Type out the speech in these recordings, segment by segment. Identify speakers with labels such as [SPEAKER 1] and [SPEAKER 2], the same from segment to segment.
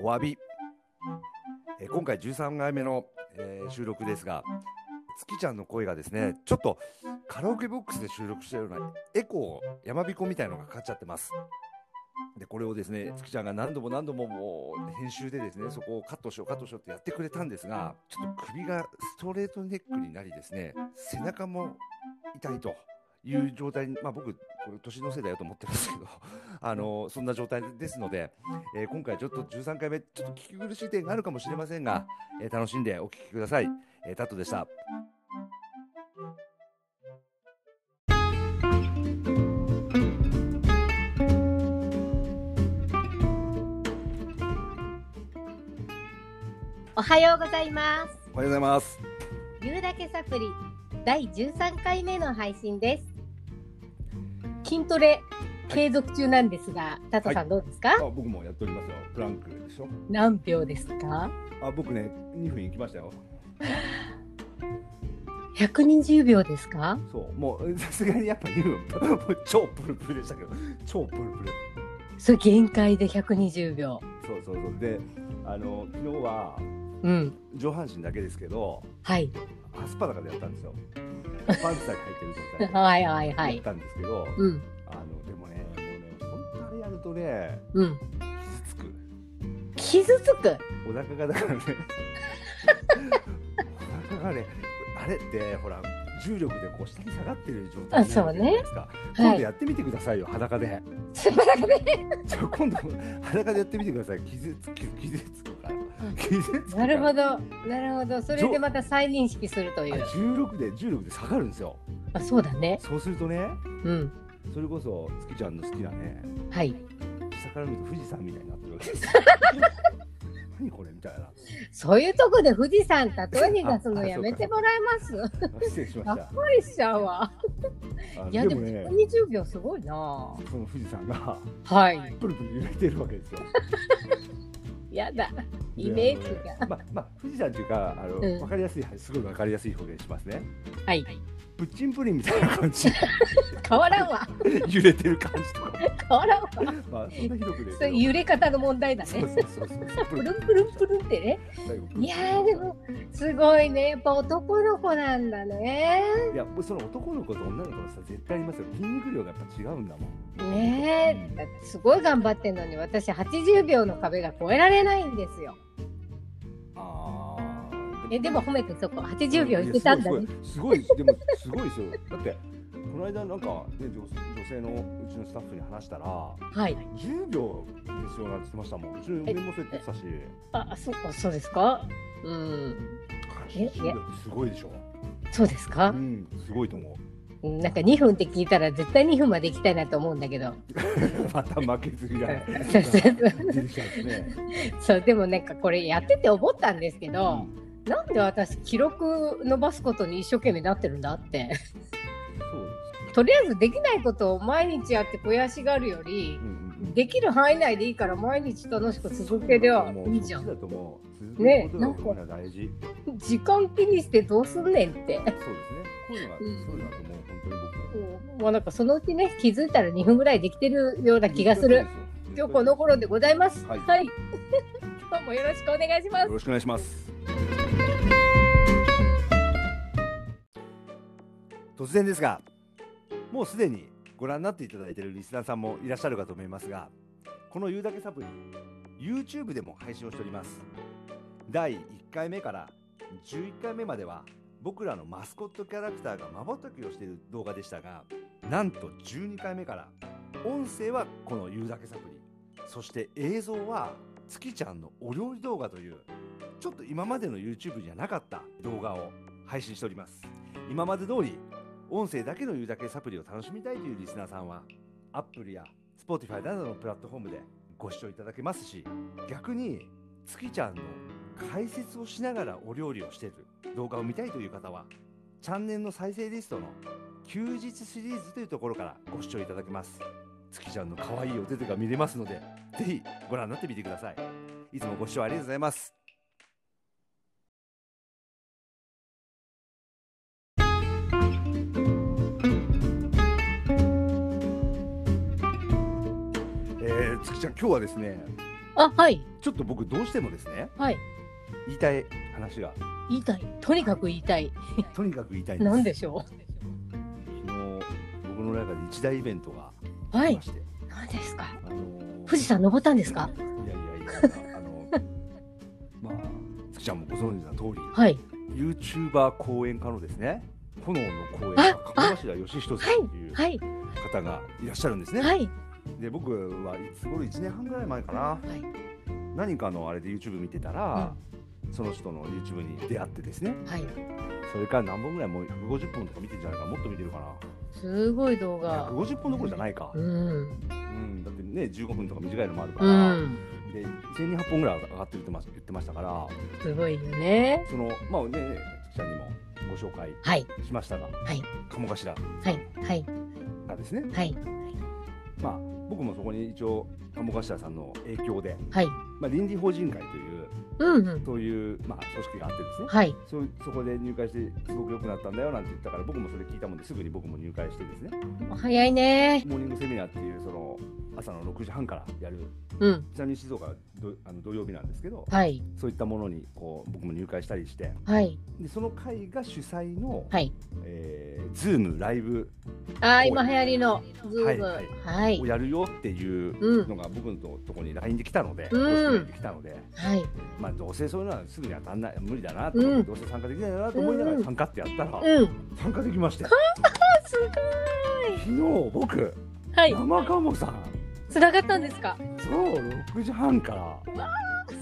[SPEAKER 1] お詫び、えー今回13回目の、えー収録ですが月ちゃんの声がですねちょっとカラオケボックスで収録してるようなエコーやまびこみたいのがかかっちゃってますでこれをですね月ちゃんが何度も何度ももう編集でですねそこをカットしようカットしようってやってくれたんですがちょっと首がストレートネックになりですね背中も痛いという状態に、まあ、僕これ年のせいだよと思ってますけどあのそんな状態ですので、えー今回ちょっと13回目ちょっと聞き苦しい点があるかもしれませんが、えー楽しんでお聞きください、えータットでした
[SPEAKER 2] おはようございます。
[SPEAKER 1] おはようございます
[SPEAKER 2] ゆうだけサプリ第13回目の配信です。筋トレ継続中なんですが、タトさんどうですか、
[SPEAKER 1] あ僕もやっておりますよプランクでしょ
[SPEAKER 2] 何秒ですか
[SPEAKER 1] あ僕ね2分いきましたよ
[SPEAKER 2] ?120 秒ですか
[SPEAKER 1] そうもう さすがにやっぱ2分もう 超プルプルでしたけど超プルプル
[SPEAKER 2] それ限界で120秒。
[SPEAKER 1] そうそうそうであの昨日は
[SPEAKER 2] うん。
[SPEAKER 1] 上半身だけですけど
[SPEAKER 2] はい。
[SPEAKER 1] アスパラカでやったんですよパンツだけ入ってる状
[SPEAKER 2] はいはいは
[SPEAKER 1] 態でやっ
[SPEAKER 2] い。
[SPEAKER 1] たんですけど、
[SPEAKER 2] うん。
[SPEAKER 1] あのでもね、もうね、本当あれやるとね、
[SPEAKER 2] うん。
[SPEAKER 1] 傷つく。
[SPEAKER 2] 傷つく。
[SPEAKER 1] お腹がだからね、お腹がね、あれってほら重力でこう下に下がってる状態
[SPEAKER 2] あ
[SPEAKER 1] になる
[SPEAKER 2] そ
[SPEAKER 1] わ
[SPEAKER 2] う
[SPEAKER 1] けじ
[SPEAKER 2] ね
[SPEAKER 1] ゃないですか。今
[SPEAKER 2] は
[SPEAKER 1] 度
[SPEAKER 2] い。
[SPEAKER 1] やってみてくださいよ、裸で。
[SPEAKER 2] 素晴らし
[SPEAKER 1] ちょ今度裸でやってみてください。傷つく傷つくから。傷つく
[SPEAKER 2] い。
[SPEAKER 1] から
[SPEAKER 2] なるほ。ど。なるほど。それでまた再認識するとい
[SPEAKER 1] あ
[SPEAKER 2] う。
[SPEAKER 1] 重力で重力で下がるんですよ。
[SPEAKER 2] あ、そうだね。
[SPEAKER 1] そうするとね、
[SPEAKER 2] うん。
[SPEAKER 1] それこそ月ちゃんの好きなね、
[SPEAKER 2] はい。
[SPEAKER 1] 下から見ると富士山みたいになってるわけですよ。 何これみたいな。
[SPEAKER 2] そういうとこで富士山例えに出すのやめてもらえ ます。
[SPEAKER 1] 失礼しま
[SPEAKER 2] が
[SPEAKER 1] し。
[SPEAKER 2] ったかりしちゃうわ。
[SPEAKER 1] あの
[SPEAKER 2] いやでも
[SPEAKER 1] ね、
[SPEAKER 2] 120秒すごいな。
[SPEAKER 1] その富士山が
[SPEAKER 2] はい。
[SPEAKER 1] プルプル揺れてるわけですよ。
[SPEAKER 2] やだ。イメージ
[SPEAKER 1] であの
[SPEAKER 2] が。
[SPEAKER 1] ねまあ まあ富士山というかあの、
[SPEAKER 2] うん
[SPEAKER 1] わかりやすいすごいわかりやすい表現しますね。
[SPEAKER 2] はい。
[SPEAKER 1] プッチンプリンみたいな感じ
[SPEAKER 2] 変わらんわ。
[SPEAKER 1] 揺れてる感じとか、
[SPEAKER 2] 変わらんわ。
[SPEAKER 1] まあそんなひどくね
[SPEAKER 2] それ揺れ方の問題だ
[SPEAKER 1] そう
[SPEAKER 2] ね。
[SPEAKER 1] そうそうそう。プ
[SPEAKER 2] プルンプルンプルンってね。
[SPEAKER 1] 最後プルプル
[SPEAKER 2] いやーでもすごいね。やっぱ男の子なんだね。
[SPEAKER 1] いやもうその男の子と女の子のさ絶対ありますよ。筋肉量がやっぱ違うんだもん。
[SPEAKER 2] ねえ。だってすごい頑張ってんのに私80秒の壁が越えられないんですよ。
[SPEAKER 1] ああ。
[SPEAKER 2] えでも褒めてそこ80秒いけたんだね。
[SPEAKER 1] すごいすごいでもすごいですよ。だってこの間なんか、ね、女女性のうちのスタッフに話したら
[SPEAKER 2] はい。
[SPEAKER 1] 10秒ですよなんて言ってましたもん。うちの嫁もそうやって言ってたし。
[SPEAKER 2] あそうそうですか。うん。え
[SPEAKER 1] 10秒ってすごいでしょ。
[SPEAKER 2] そうですか。
[SPEAKER 1] うんすごいと 思う。
[SPEAKER 2] なんか2分って聞いたら絶対2分まで行きたいなと思うんだけど
[SPEAKER 1] また負けず嫌 い。
[SPEAKER 2] そうそうそ
[SPEAKER 1] 出て
[SPEAKER 2] う
[SPEAKER 1] きたんですね。
[SPEAKER 2] そうでもなんかこれやってて思ったんですけ
[SPEAKER 1] う
[SPEAKER 2] ど、
[SPEAKER 1] ん
[SPEAKER 2] なんで私記録伸ばすことに一生懸命なってるんだって
[SPEAKER 1] そう
[SPEAKER 2] とりあえずできないことを毎日やって悔しがるより
[SPEAKER 1] です。うんうんうん
[SPEAKER 2] できる範囲内でいいから毎日楽しく続けりゃいいじゃん
[SPEAKER 1] そうだと思う。続け
[SPEAKER 2] ね
[SPEAKER 1] ることが僕ら大事。
[SPEAKER 2] 時間気にしてどうすんねんって
[SPEAKER 1] そうですね。こういうのが
[SPEAKER 2] う
[SPEAKER 1] そう
[SPEAKER 2] ん
[SPEAKER 1] だと思う。本当に
[SPEAKER 2] もうなんかそのうちね気づいたら2分ぐらいできてるような
[SPEAKER 1] 僕。
[SPEAKER 2] 気がする。今日この頃でございます
[SPEAKER 1] はい
[SPEAKER 2] はい、 今日もよろしくお願いします
[SPEAKER 1] よろしくお願いします。突然ですが、もうすでにご覧になっていただいているリスナーさんもいらっしゃるかと思いますが、この「ゆうだけサプリ」、YouTube でも配信をしております。第1回目から11回目までは、僕らのマスコットキャラクターがまばたきをしている動画でしたが、なんと12回目から、音声はこの「ゆうだけサプリ」、そして映像は月ちゃんのお料理動画というちょっと今までの YouTube にはなかった動画を配信しております今まで通り音声だけの言うだけサプリを楽しみたいというリスナーさんは Apple や Spotify などのプラットフォームでご視聴いただけますし逆に月ちゃんの解説をしながらお料理をしている動画を見たいという方はチャンネルの再生リストの休日シリーズというところからご視聴いただけます月ちゃんの可愛いお手手が見れますのでぜひご覧になってみてくださいいつもご視聴ありがとうございますえー、月ちゃん今日はですね
[SPEAKER 2] あはい
[SPEAKER 1] ちょっと僕どうしてもですね
[SPEAKER 2] はい。
[SPEAKER 1] 言いたい話が
[SPEAKER 2] 言いたい。とにかく言いたい。
[SPEAKER 1] とにかく言いたいんです
[SPEAKER 2] なんでしょ
[SPEAKER 1] 昨日僕の中で一大イベントが
[SPEAKER 2] う。
[SPEAKER 1] あ
[SPEAKER 2] は
[SPEAKER 1] り
[SPEAKER 2] い
[SPEAKER 1] ま。して、
[SPEAKER 2] 何ですか。
[SPEAKER 1] あの
[SPEAKER 2] 富士山登ったんですか。
[SPEAKER 1] いやいやいやあの まあ月ちゃんもご存知の通り
[SPEAKER 2] はい。
[SPEAKER 1] ユーチューバー講演家のですね炎の講演家
[SPEAKER 2] あ
[SPEAKER 1] 鴨頭義人さんという
[SPEAKER 2] はい。
[SPEAKER 1] 方がいらっしゃるんですね、
[SPEAKER 2] はい。
[SPEAKER 1] で僕はいつ頃1年半ぐらい前かな
[SPEAKER 2] はい。
[SPEAKER 1] 何かのあれで YouTube 見てたら、その人の YouTube に出会ってですね
[SPEAKER 2] はい。
[SPEAKER 1] それから何本ぐらいもう150本とか見てるんじゃないかもっと見てるか
[SPEAKER 2] すごい動
[SPEAKER 1] な
[SPEAKER 2] 画。
[SPEAKER 1] 150本どころじゃないか、
[SPEAKER 2] うん。
[SPEAKER 1] うんだってね15分とか短いのもあるか
[SPEAKER 2] う
[SPEAKER 1] ら、
[SPEAKER 2] ん。
[SPEAKER 1] で1200本ぐらい上がってるってま言ってましたから
[SPEAKER 2] すごいよね。
[SPEAKER 1] そのまあね月ちゃんにもご紹介
[SPEAKER 2] はい。
[SPEAKER 1] しましたが、
[SPEAKER 2] い
[SPEAKER 1] 鴨頭
[SPEAKER 2] はい。はい。
[SPEAKER 1] がですね
[SPEAKER 2] はい。
[SPEAKER 1] まあ僕もそこに一応鴨頭さんの影響で、
[SPEAKER 2] はい。
[SPEAKER 1] まあ、倫理法人会という
[SPEAKER 2] うんうん。
[SPEAKER 1] そういう、まあ、組織があってですね
[SPEAKER 2] はい。
[SPEAKER 1] そうそこで入会してすごく良くなったんだよなんて言ったから僕もそれ聞いたもんですぐに僕も入会してですね
[SPEAKER 2] 早いね。
[SPEAKER 1] モーニングセミナーっていうその朝の6時半からやる
[SPEAKER 2] うん。
[SPEAKER 1] ちなみに静岡はどあの土曜日なんですけど
[SPEAKER 2] はい。
[SPEAKER 1] そういったものにこう僕も入会したりして
[SPEAKER 2] はい。
[SPEAKER 1] でその会が主催の、
[SPEAKER 2] はい。
[SPEAKER 1] えー、ズームライブ
[SPEAKER 2] ああ、今流行りの。ズーム。
[SPEAKER 1] は
[SPEAKER 2] はいい。
[SPEAKER 1] をやるよっていう
[SPEAKER 2] うん。
[SPEAKER 1] のが僕のとこに LINE で来たので、
[SPEAKER 2] うん
[SPEAKER 1] 公式 LINE で来たので、
[SPEAKER 2] はい。
[SPEAKER 1] まあ、どうせそういうのはすぐに当たんない無理だなと思って、
[SPEAKER 2] うん
[SPEAKER 1] どうせ参加できないなと思いなが
[SPEAKER 2] う
[SPEAKER 1] ら
[SPEAKER 2] ん
[SPEAKER 1] 参加ってやったら、
[SPEAKER 2] うん。
[SPEAKER 1] 参加できましたよ
[SPEAKER 2] すごい。
[SPEAKER 1] 昨日僕
[SPEAKER 2] はい。
[SPEAKER 1] 生かもさん
[SPEAKER 2] つながったんですか。
[SPEAKER 1] そう6時半から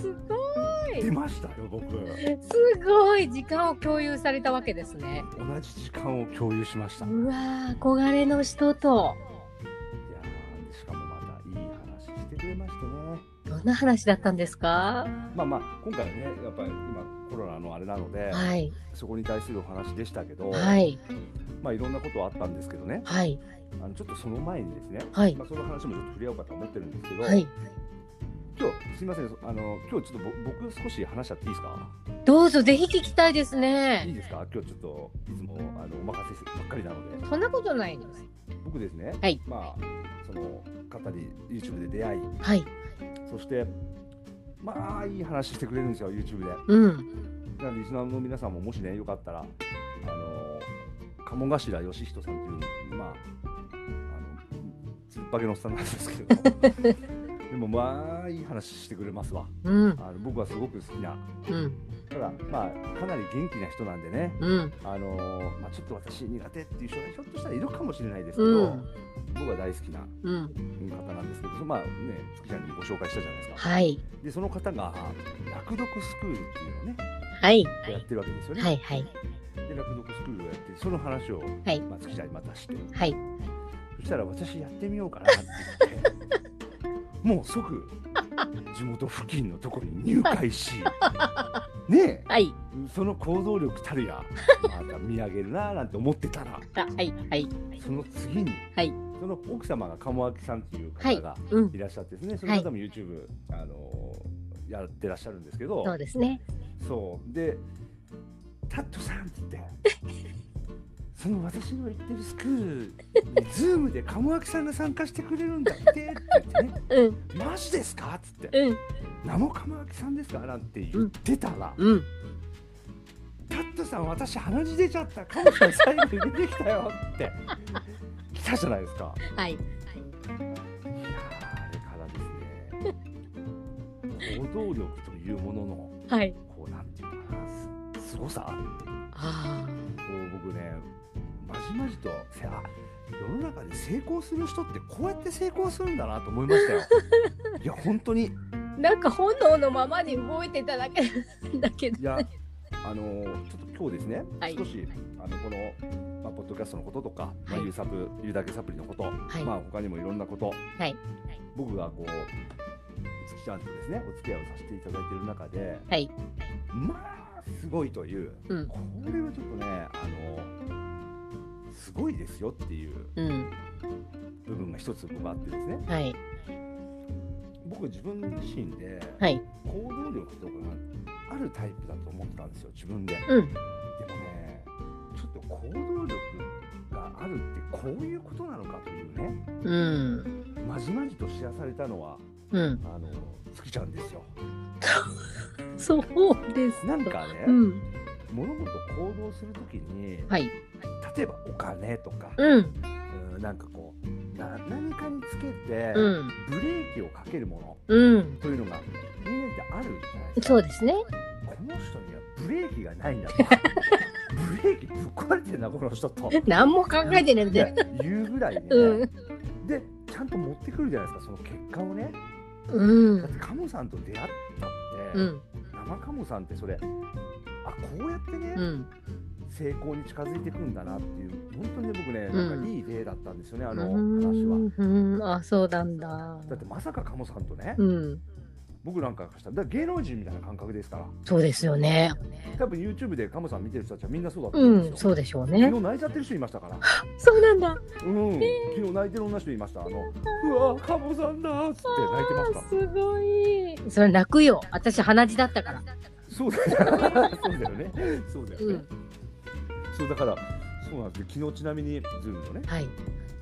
[SPEAKER 2] すごい
[SPEAKER 1] 出。ましたよ僕同
[SPEAKER 2] すごい時間を共有されたわけですね。
[SPEAKER 1] じ時間を共有しましたいや
[SPEAKER 2] うわー、憧れの人と。
[SPEAKER 1] ーしかもまたいい話してくれましたね
[SPEAKER 2] どんな話だったんですか。
[SPEAKER 1] まあまあ今回はねやっぱり今コロナのあれなので、
[SPEAKER 2] はい。
[SPEAKER 1] そこに対するお話でしたけど、
[SPEAKER 2] はい。
[SPEAKER 1] まあいろんなことはあったんですけどね
[SPEAKER 2] はい。
[SPEAKER 1] あのちょっとその前にですね、
[SPEAKER 2] はい。
[SPEAKER 1] まあ、その話もちょっと触れようかと思ってるんですけど、
[SPEAKER 2] はい。
[SPEAKER 1] 今日すいませんあの今日ちょっとぼ僕少し話しちゃっていいですか
[SPEAKER 2] どうぞぜひ聞きたいです
[SPEAKER 1] いい
[SPEAKER 2] ね。
[SPEAKER 1] ですか今日ちょっといつもあのお任せばっかりなので
[SPEAKER 2] そんなことないです。
[SPEAKER 1] 僕ですね、
[SPEAKER 2] はい
[SPEAKER 1] まあその方に YouTube で出会い
[SPEAKER 2] はい。
[SPEAKER 1] そしてまあいい話してくれるんですよ YouTube で
[SPEAKER 2] うん。
[SPEAKER 1] なのでリスナーの皆さんももしねよかったらあの鴨頭義人さんっていうまああのつっぱげのおっさんなんですけど でもまあいい話してくれますわ
[SPEAKER 2] うん。
[SPEAKER 1] あの僕はすごく好きな
[SPEAKER 2] うん。
[SPEAKER 1] ただまあかなり元気な人なんでね
[SPEAKER 2] うん。
[SPEAKER 1] あのまあ、ちょっと私苦手っていう人がひょっとしたらいるかもしれないですけど、
[SPEAKER 2] うん。
[SPEAKER 1] 僕は大好きな
[SPEAKER 2] うん。
[SPEAKER 1] 方なんですけど、まあね、月ちゃんにご紹介したじゃないですか。
[SPEAKER 2] はい。
[SPEAKER 1] で、その方が落読スクールっていうのをね、
[SPEAKER 2] はい。
[SPEAKER 1] やってるわけですよね。
[SPEAKER 2] はい。はい。
[SPEAKER 1] で、落読スクールをやって、その話を、
[SPEAKER 2] はい
[SPEAKER 1] まあ、月ちゃんにまたして、
[SPEAKER 2] はい。
[SPEAKER 1] そしたら私やってみようかなって言って、もう即、地元付近のところに入会 し、ね
[SPEAKER 2] はい。
[SPEAKER 1] え、その行動力たるや、また見上げるなーなんて思ってたら、
[SPEAKER 2] あはい。はい。
[SPEAKER 1] その次に、
[SPEAKER 2] はい
[SPEAKER 1] その奥様が鴨明さんという方が
[SPEAKER 2] うん
[SPEAKER 1] い。らっしゃってですね、そ
[SPEAKER 2] は
[SPEAKER 1] の
[SPEAKER 2] い
[SPEAKER 1] 方も YouTube、あのーやってらっしゃるんですけど、
[SPEAKER 2] そうですね。
[SPEAKER 1] そうでタットさんって言って、 その私の行ってるスクールに、ズームで鴨明さんが参加してくれるんだってって言 ってね、
[SPEAKER 2] うん。
[SPEAKER 1] マジですかっつって、
[SPEAKER 2] うん。
[SPEAKER 1] 名も鴨明さんですかなんて言ってたら、
[SPEAKER 2] うん。
[SPEAKER 1] タットさん、私、鼻血出ちゃった、鴨さん、最後に出てきたよって、来たじゃ ないですか。
[SPEAKER 2] はい。
[SPEAKER 1] いやーあれからですね行動力というものの
[SPEAKER 2] はい。
[SPEAKER 1] こうなんていうのかなすすごさ
[SPEAKER 2] あ
[SPEAKER 1] を僕ねまじまじとせあ世の中で成功する人ってこうやって成功するんだなと思いました よ。いや本当にい
[SPEAKER 2] あ。なんか本能のままに動いてただけ。だけど。
[SPEAKER 1] や あのーちょっと今日ですね、
[SPEAKER 2] はい
[SPEAKER 1] 少しあのこの、まあ、ポッドキャストのこととか、まあ
[SPEAKER 2] はい
[SPEAKER 1] ゆうさぶゆうだけサプリのこと、
[SPEAKER 2] はい
[SPEAKER 1] まあ他にもいろんなこと、
[SPEAKER 2] はい
[SPEAKER 1] 僕がこう月ちゃんとですねお付き合いをさせていただいている中で、
[SPEAKER 2] はい
[SPEAKER 1] まあすごいという、
[SPEAKER 2] うん
[SPEAKER 1] これはちょっとねあのすごいですよっていう
[SPEAKER 2] うん。
[SPEAKER 1] 部分が一つ僕あってですね
[SPEAKER 2] はい。
[SPEAKER 1] 僕自分自身で
[SPEAKER 2] はい。
[SPEAKER 1] 行動力とかがあるタイプだと思ってたんですよ自分で。
[SPEAKER 2] うん。
[SPEAKER 1] でもねちょっと行動力があるってこういうことなのかというね
[SPEAKER 2] うん。
[SPEAKER 1] まじまじと知らされたのは
[SPEAKER 2] うん。
[SPEAKER 1] あの尽きちゃうんですよ。
[SPEAKER 2] そうです。
[SPEAKER 1] なん。かね、
[SPEAKER 2] うん。
[SPEAKER 1] 物事行動するときに、
[SPEAKER 2] はい。
[SPEAKER 1] 例えばお金とか、
[SPEAKER 2] うん。
[SPEAKER 1] うんなんかこうな何かにつけて、
[SPEAKER 2] うん。
[SPEAKER 1] ブレーキをかけるもの
[SPEAKER 2] うん。
[SPEAKER 1] というのが人間ってあるじゃないですか。
[SPEAKER 2] そうですね。
[SPEAKER 1] この人にはブレーキがないんだと。ブレーキぶっ壊れてんなこの人と。
[SPEAKER 2] 何も考えてないみたいな。
[SPEAKER 1] って言うぐらいね、
[SPEAKER 2] うん。
[SPEAKER 1] でちゃんと持ってくるじゃないですかその結果をね
[SPEAKER 2] う
[SPEAKER 1] だって
[SPEAKER 2] ん。
[SPEAKER 1] カモさんと出会ったって、
[SPEAKER 2] うん。
[SPEAKER 1] 生カモさんってそれあこうやってね、
[SPEAKER 2] うん。
[SPEAKER 1] 成功に近づいていくんだなっていう本当にね僕ね
[SPEAKER 2] うん
[SPEAKER 1] なんかいい例だったんですよね、
[SPEAKER 2] あ
[SPEAKER 1] あの話は。
[SPEAKER 2] うん。あ、そうなんだ。
[SPEAKER 1] だってまさかカモさんとね、
[SPEAKER 2] うん。
[SPEAKER 1] 僕なんかからしたらだから芸能人みたいな感覚ですから
[SPEAKER 2] そうですよね。
[SPEAKER 1] 多分 YouTube でカモさん見てる人たちはみんなそうだと思
[SPEAKER 2] う
[SPEAKER 1] うん
[SPEAKER 2] ん。
[SPEAKER 1] です
[SPEAKER 2] そ
[SPEAKER 1] よ、
[SPEAKER 2] うでしょうね
[SPEAKER 1] 昨。日泣いちゃってる人いましたから、
[SPEAKER 2] そうなんだ。
[SPEAKER 1] うん、昨日泣いてる女の人いましたあのうわカモさんだーっつって泣いてました
[SPEAKER 2] すごい。それ泣くよ。私鼻血だったから。
[SPEAKER 1] そうだよね。そうだよね。そうだよね。
[SPEAKER 2] うん。
[SPEAKER 1] そうだから、そうなんですよ。昨日ちなみに、ズームのね、
[SPEAKER 2] はい。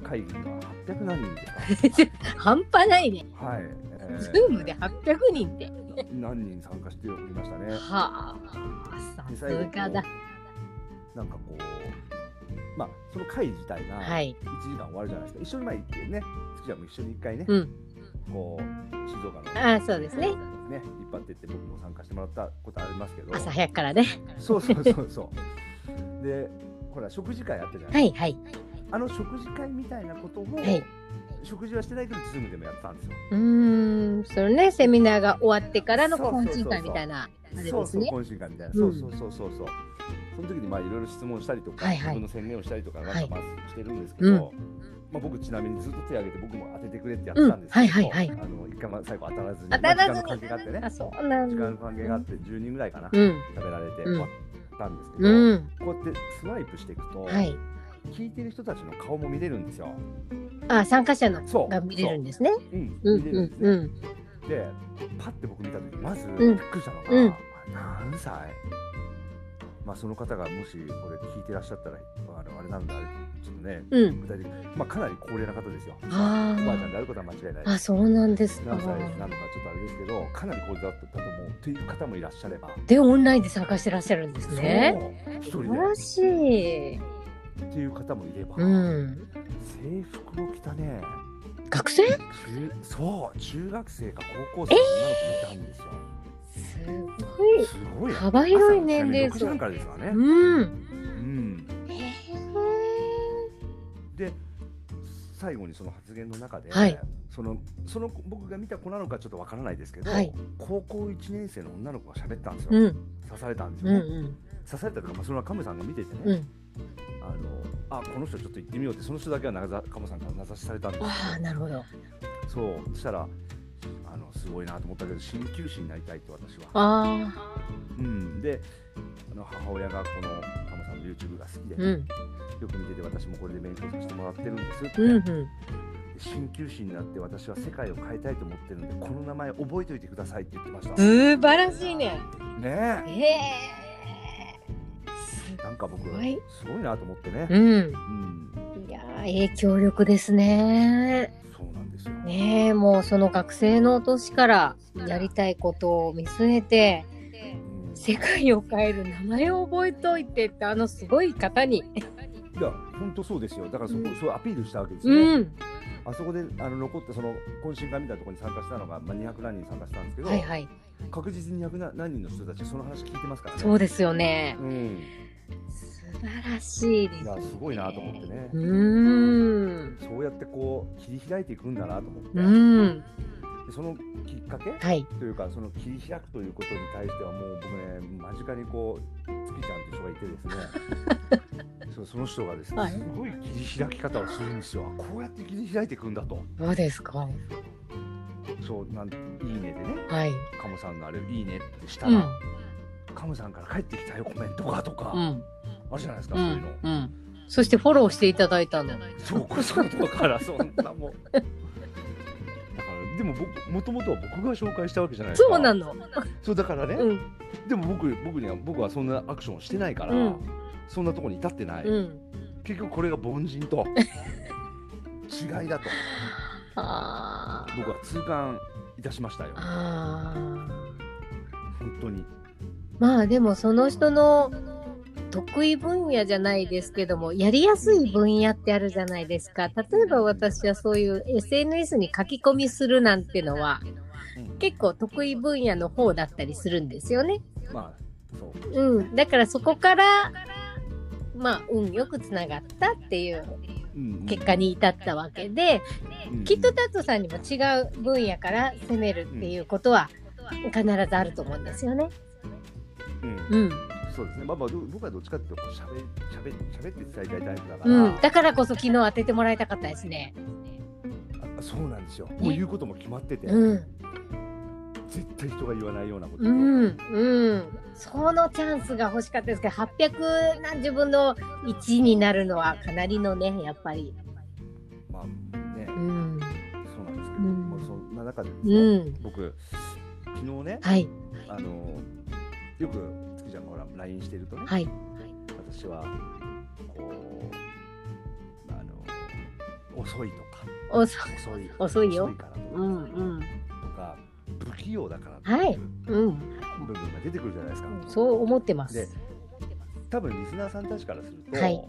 [SPEAKER 1] 会議が800何人でし
[SPEAKER 2] 半端ないね。
[SPEAKER 1] た。はい。えー
[SPEAKER 2] ズームで800人って。
[SPEAKER 1] 何人参加しておりましたね。
[SPEAKER 2] はあ。さ
[SPEAKER 1] です最後こ
[SPEAKER 2] がだ。
[SPEAKER 1] うなんかこう、まあ、その会自体が
[SPEAKER 2] は
[SPEAKER 1] 1
[SPEAKER 2] い。
[SPEAKER 1] 時間終わるじゃないですか。一緒に前行ってね、月ちゃんも一緒に一回ね、
[SPEAKER 2] うん。
[SPEAKER 1] こう、静岡の。
[SPEAKER 2] あーそうですね。
[SPEAKER 1] ね、引っ張ってって僕も参加してもらったことありますけど。
[SPEAKER 2] 朝早くからね。
[SPEAKER 1] そうそうそうそう。で、ほら、食事会あったじゃないですか
[SPEAKER 2] はいはい。
[SPEAKER 1] あの食事会みたいなことを、
[SPEAKER 2] い
[SPEAKER 1] 食事はしてないけど、ズームでもやってたんですよ。
[SPEAKER 2] うーん。それね、セミナーが終わってからの懇親会みたいな。あれですね
[SPEAKER 1] そうそう、懇親会みたいな。そうそうそうそうそう。その時にまあいろいろ質問したりとか、
[SPEAKER 2] はいは
[SPEAKER 1] 自
[SPEAKER 2] い
[SPEAKER 1] 分の宣言をしたりとかなん
[SPEAKER 2] は
[SPEAKER 1] か
[SPEAKER 2] い
[SPEAKER 1] まずしてるんですけど、
[SPEAKER 2] うん
[SPEAKER 1] まあ僕ちなみにずっと手を挙げて僕も当ててくれってやってたんですけど、
[SPEAKER 2] うんはいはいはい
[SPEAKER 1] あの一回ま最後当たらずに、
[SPEAKER 2] 当たらず
[SPEAKER 1] まあ時間の関係があって
[SPEAKER 2] に。
[SPEAKER 1] ね
[SPEAKER 2] あ、、そうなん
[SPEAKER 1] 時間の
[SPEAKER 2] だ。
[SPEAKER 1] 関係があって10人ぐらいかな、
[SPEAKER 2] うん。
[SPEAKER 1] 食べられて
[SPEAKER 2] うん
[SPEAKER 1] 終わったんですけど、
[SPEAKER 2] うん。
[SPEAKER 1] こうやってスワイプしていくと、
[SPEAKER 2] はい。
[SPEAKER 1] 聞いてる人たちの顔も見れるんですよ。
[SPEAKER 2] あ、参加者の
[SPEAKER 1] そう、
[SPEAKER 2] が見れるんですね。
[SPEAKER 1] そううん、
[SPEAKER 2] うん
[SPEAKER 1] 見れるんですね。
[SPEAKER 2] うん
[SPEAKER 1] でパッて僕見た時まずび
[SPEAKER 2] う
[SPEAKER 1] っ
[SPEAKER 2] ん
[SPEAKER 1] くりしたのが、
[SPEAKER 2] うん
[SPEAKER 1] 何歳まあその方がもしこれ聞いてらっしゃったらあのあれなんだあれちょっとね
[SPEAKER 2] うん。うん。
[SPEAKER 1] 具体的にまあかなり高齢な方ですよ
[SPEAKER 2] あ
[SPEAKER 1] おばあちゃん
[SPEAKER 2] ー
[SPEAKER 1] であることは間違いない
[SPEAKER 2] あ、そうなんですか
[SPEAKER 1] 何。歳なのかちょっとあれですけどかなり高齢だったと思うという方もいらっしゃれば、
[SPEAKER 2] で、オンラインで参加してらっしゃるんですね。
[SPEAKER 1] そう一
[SPEAKER 2] 素
[SPEAKER 1] 人
[SPEAKER 2] 晴らしい。
[SPEAKER 1] でっていう方もいれば、
[SPEAKER 2] うん。
[SPEAKER 1] 制服を着たね
[SPEAKER 2] 学生
[SPEAKER 1] 中そう中学生か高校生の女の子もいたんですよ、
[SPEAKER 2] すごい。
[SPEAKER 1] すごいよ
[SPEAKER 2] 幅広い年
[SPEAKER 1] 朝
[SPEAKER 2] 齢
[SPEAKER 1] 6時
[SPEAKER 2] 層
[SPEAKER 1] 半。からですからね、
[SPEAKER 2] うん。
[SPEAKER 1] うん
[SPEAKER 2] えー
[SPEAKER 1] で最後にその発言の中で、
[SPEAKER 2] はい
[SPEAKER 1] そのその僕が見た子なのかちょっとわからないですけど、
[SPEAKER 2] はい
[SPEAKER 1] 高校1年生の女の子が喋ったんですよ、
[SPEAKER 2] うん。
[SPEAKER 1] 刺されたんです
[SPEAKER 2] う
[SPEAKER 1] よ、ね
[SPEAKER 2] んうん。
[SPEAKER 1] 刺されたとか、まあ、それはカムさんが見ててね、
[SPEAKER 2] うん。
[SPEAKER 1] あのあこの人ちょっと行ってみようってその人だけはなざカムさんから名指しされたんです
[SPEAKER 2] ああ、なるほど。
[SPEAKER 1] そうそしたらあのすごいなと思ったけど鍼灸師になりたいと私は、
[SPEAKER 2] あ
[SPEAKER 1] うん、であの母親がこのカムさんの YouTube が好きで、
[SPEAKER 2] あ。うん。
[SPEAKER 1] よく見てて私もこれで勉強させてもらってるんですって、
[SPEAKER 2] うんうん。
[SPEAKER 1] 鍼灸師になって私は世界を変えたいと思ってるんでこの名前覚えておいてくださいって言ってましたね
[SPEAKER 2] 素晴らしいね。
[SPEAKER 1] え
[SPEAKER 2] ええ。す
[SPEAKER 1] なんか僕す
[SPEAKER 2] ごい
[SPEAKER 1] ごいなと思ってね
[SPEAKER 2] うん。
[SPEAKER 1] うん
[SPEAKER 2] いやー影響力ですね。
[SPEAKER 1] そうなんですよ
[SPEAKER 2] ねえもうその学生の年からやりたいことを見据えて
[SPEAKER 1] うん
[SPEAKER 2] 世界を変える名前を覚えといてってあのすごい方に。
[SPEAKER 1] いや本当そうですよだからそこ
[SPEAKER 2] うん
[SPEAKER 1] そうアピールしたわけですよね
[SPEAKER 2] うん。
[SPEAKER 1] あそこであの残ってその懇親会みたいなところに参加したのがまあ200何人参加したんですけど
[SPEAKER 2] はいはい。
[SPEAKER 1] 確実に200何人の人たちはその話聞いてますからね
[SPEAKER 2] そうですよね。
[SPEAKER 1] うん
[SPEAKER 2] 素晴らしいです
[SPEAKER 1] いやすごいなと思ってね
[SPEAKER 2] うーん。
[SPEAKER 1] そうやってこう切り開いていくんだなと思って
[SPEAKER 2] う
[SPEAKER 1] で
[SPEAKER 2] ん。
[SPEAKER 1] そのきっかけ
[SPEAKER 2] はい。
[SPEAKER 1] というかその切り開くということに対してはもう僕ね間近にこう月ちゃんという人がいて ですねそうその人がですね、
[SPEAKER 2] はい
[SPEAKER 1] すごい切り開き方をするんですよあこうやって切り開いていくんだと
[SPEAKER 2] どうですか。
[SPEAKER 1] そうなんいいねでね
[SPEAKER 2] はい。
[SPEAKER 1] カモさんのあれいいねってした
[SPEAKER 2] うん。
[SPEAKER 1] ら、カモさんから返ってきたよコメントがとか、
[SPEAKER 2] うん。
[SPEAKER 1] あるじゃないですか、
[SPEAKER 2] う
[SPEAKER 1] そういうの
[SPEAKER 2] ん。うん。そしてフォローしていただいたの。
[SPEAKER 1] そうこそだからそんなもう だからでも僕もともとは僕が紹介したわけじゃないですか
[SPEAKER 2] そうなの。
[SPEAKER 1] そうだからね、
[SPEAKER 2] うん。
[SPEAKER 1] でも僕僕には僕はそんなアクションをしてないから、
[SPEAKER 2] うん
[SPEAKER 1] そんなところに至ってない、
[SPEAKER 2] うん。
[SPEAKER 1] 結局これが凡人 と違いだと
[SPEAKER 2] ああ。
[SPEAKER 1] 僕は痛感いたしましたよ
[SPEAKER 2] ああ。
[SPEAKER 1] 本当に
[SPEAKER 2] まあでもその人の得意分野じゃないですけどもやりやすい分野ってあるじゃないですか例えば私はそういう SNS に書き込みするなんてのは
[SPEAKER 1] うん
[SPEAKER 2] 結構得意分野の方だったりするんですよね。
[SPEAKER 1] まあそう
[SPEAKER 2] うん、だからそこからまあ運よくつながったっていう
[SPEAKER 1] うんうん
[SPEAKER 2] 結果に至ったわけで
[SPEAKER 1] うんうん
[SPEAKER 2] きっとタットさんにも違う分野から攻めるっていうことは必ずあると思うんですよね。
[SPEAKER 1] うん
[SPEAKER 2] うん
[SPEAKER 1] そうですねまあまあど僕はどっちかっていうとこうしゃべしゃべしゃべって伝えたいタイプだから、
[SPEAKER 2] うん、だからこそ昨日当ててもらいたかったですね。
[SPEAKER 1] あそうなんですよもう言うことも決まってて、
[SPEAKER 2] うん、
[SPEAKER 1] 絶対人が言わないようなこと、
[SPEAKER 2] うん、うん。そのチャンスが欲しかったですけど、800何十分の1になるのはかなりのね、やっぱり。
[SPEAKER 1] まあね
[SPEAKER 2] うん、
[SPEAKER 1] そうなんですけ
[SPEAKER 2] う
[SPEAKER 1] ど、
[SPEAKER 2] ん
[SPEAKER 1] まあ、そんな中でですね、
[SPEAKER 2] うん、
[SPEAKER 1] 僕昨日ね
[SPEAKER 2] はい、
[SPEAKER 1] あのよく月ちゃんがほら LINE してるとね、
[SPEAKER 2] はい、
[SPEAKER 1] 私はこうあの遅いとか
[SPEAKER 2] 遅
[SPEAKER 1] 遅い
[SPEAKER 2] 遅いよ
[SPEAKER 1] からとか,、
[SPEAKER 2] うん、うん、
[SPEAKER 1] とか不器用だからって
[SPEAKER 2] はい
[SPEAKER 1] いう
[SPEAKER 2] うん、
[SPEAKER 1] 部分が出てくるじゃないですか、
[SPEAKER 2] そう思ってま。
[SPEAKER 1] です多分リスナーさんたちからすると、
[SPEAKER 2] はい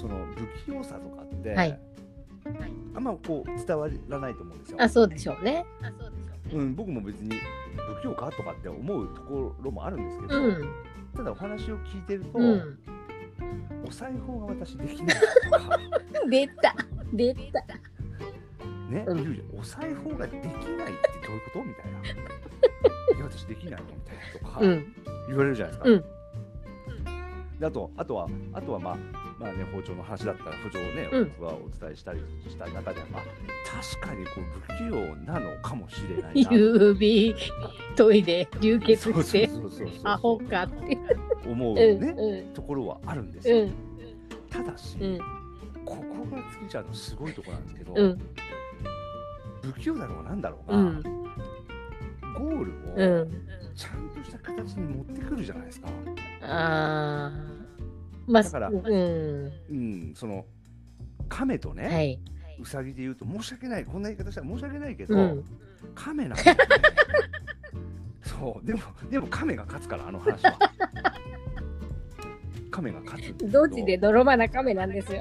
[SPEAKER 1] その不器用さとかって、
[SPEAKER 2] はい
[SPEAKER 1] あんまこう伝わらないと思うんですよ。
[SPEAKER 2] あ、そうでしょうね。
[SPEAKER 1] うん、僕も別に不器用かとかって思うところもあるんですけ
[SPEAKER 2] う
[SPEAKER 1] ど、
[SPEAKER 2] ん、
[SPEAKER 1] ただお話を聞いてると、
[SPEAKER 2] うん。
[SPEAKER 1] お裁縫が私できないと か
[SPEAKER 2] 出た、出た。
[SPEAKER 1] ね、
[SPEAKER 2] うん
[SPEAKER 1] 言うじゃんお裁縫ができないってどういうことみたいな いや私できないのみたいなとか
[SPEAKER 2] うん、
[SPEAKER 1] 言われるじゃないですか、
[SPEAKER 2] うん
[SPEAKER 1] であとあとはあとはまあまあね包丁の話だったら包丁をね、
[SPEAKER 2] うん
[SPEAKER 1] 僕はお伝えしたりした中では、まあ、確かにこう不器用なのかもしれない な
[SPEAKER 2] 指、トイレ、流血
[SPEAKER 1] そう
[SPEAKER 2] し
[SPEAKER 1] そう
[SPEAKER 2] て、
[SPEAKER 1] そうそうそう
[SPEAKER 2] アホかって。
[SPEAKER 1] 思うね、
[SPEAKER 2] うん、う
[SPEAKER 1] ところはあるんです
[SPEAKER 2] ん、う
[SPEAKER 1] よ、
[SPEAKER 2] ん、
[SPEAKER 1] ただし、
[SPEAKER 2] うん、
[SPEAKER 1] ここが月ちゃんのすごいところなんですけど、
[SPEAKER 2] うん、
[SPEAKER 1] 不器用なのは何だろうが、
[SPEAKER 2] うん、
[SPEAKER 1] ゴー
[SPEAKER 2] う
[SPEAKER 1] ルを
[SPEAKER 2] ん。
[SPEAKER 1] ちゃんとした形に持ってくるじゃないですか、
[SPEAKER 2] ああ。まあ、
[SPEAKER 1] だから
[SPEAKER 2] うん。
[SPEAKER 1] うん、その亀とね、
[SPEAKER 2] はい。
[SPEAKER 1] うさぎで言うと申し訳ないこんな言い方したら申し訳ないけど、
[SPEAKER 2] うん。
[SPEAKER 1] 亀なんだよねそうでもでも亀が勝つからあの話 は亀が勝つんだけ
[SPEAKER 2] どっちで泥まなカメなんですよ。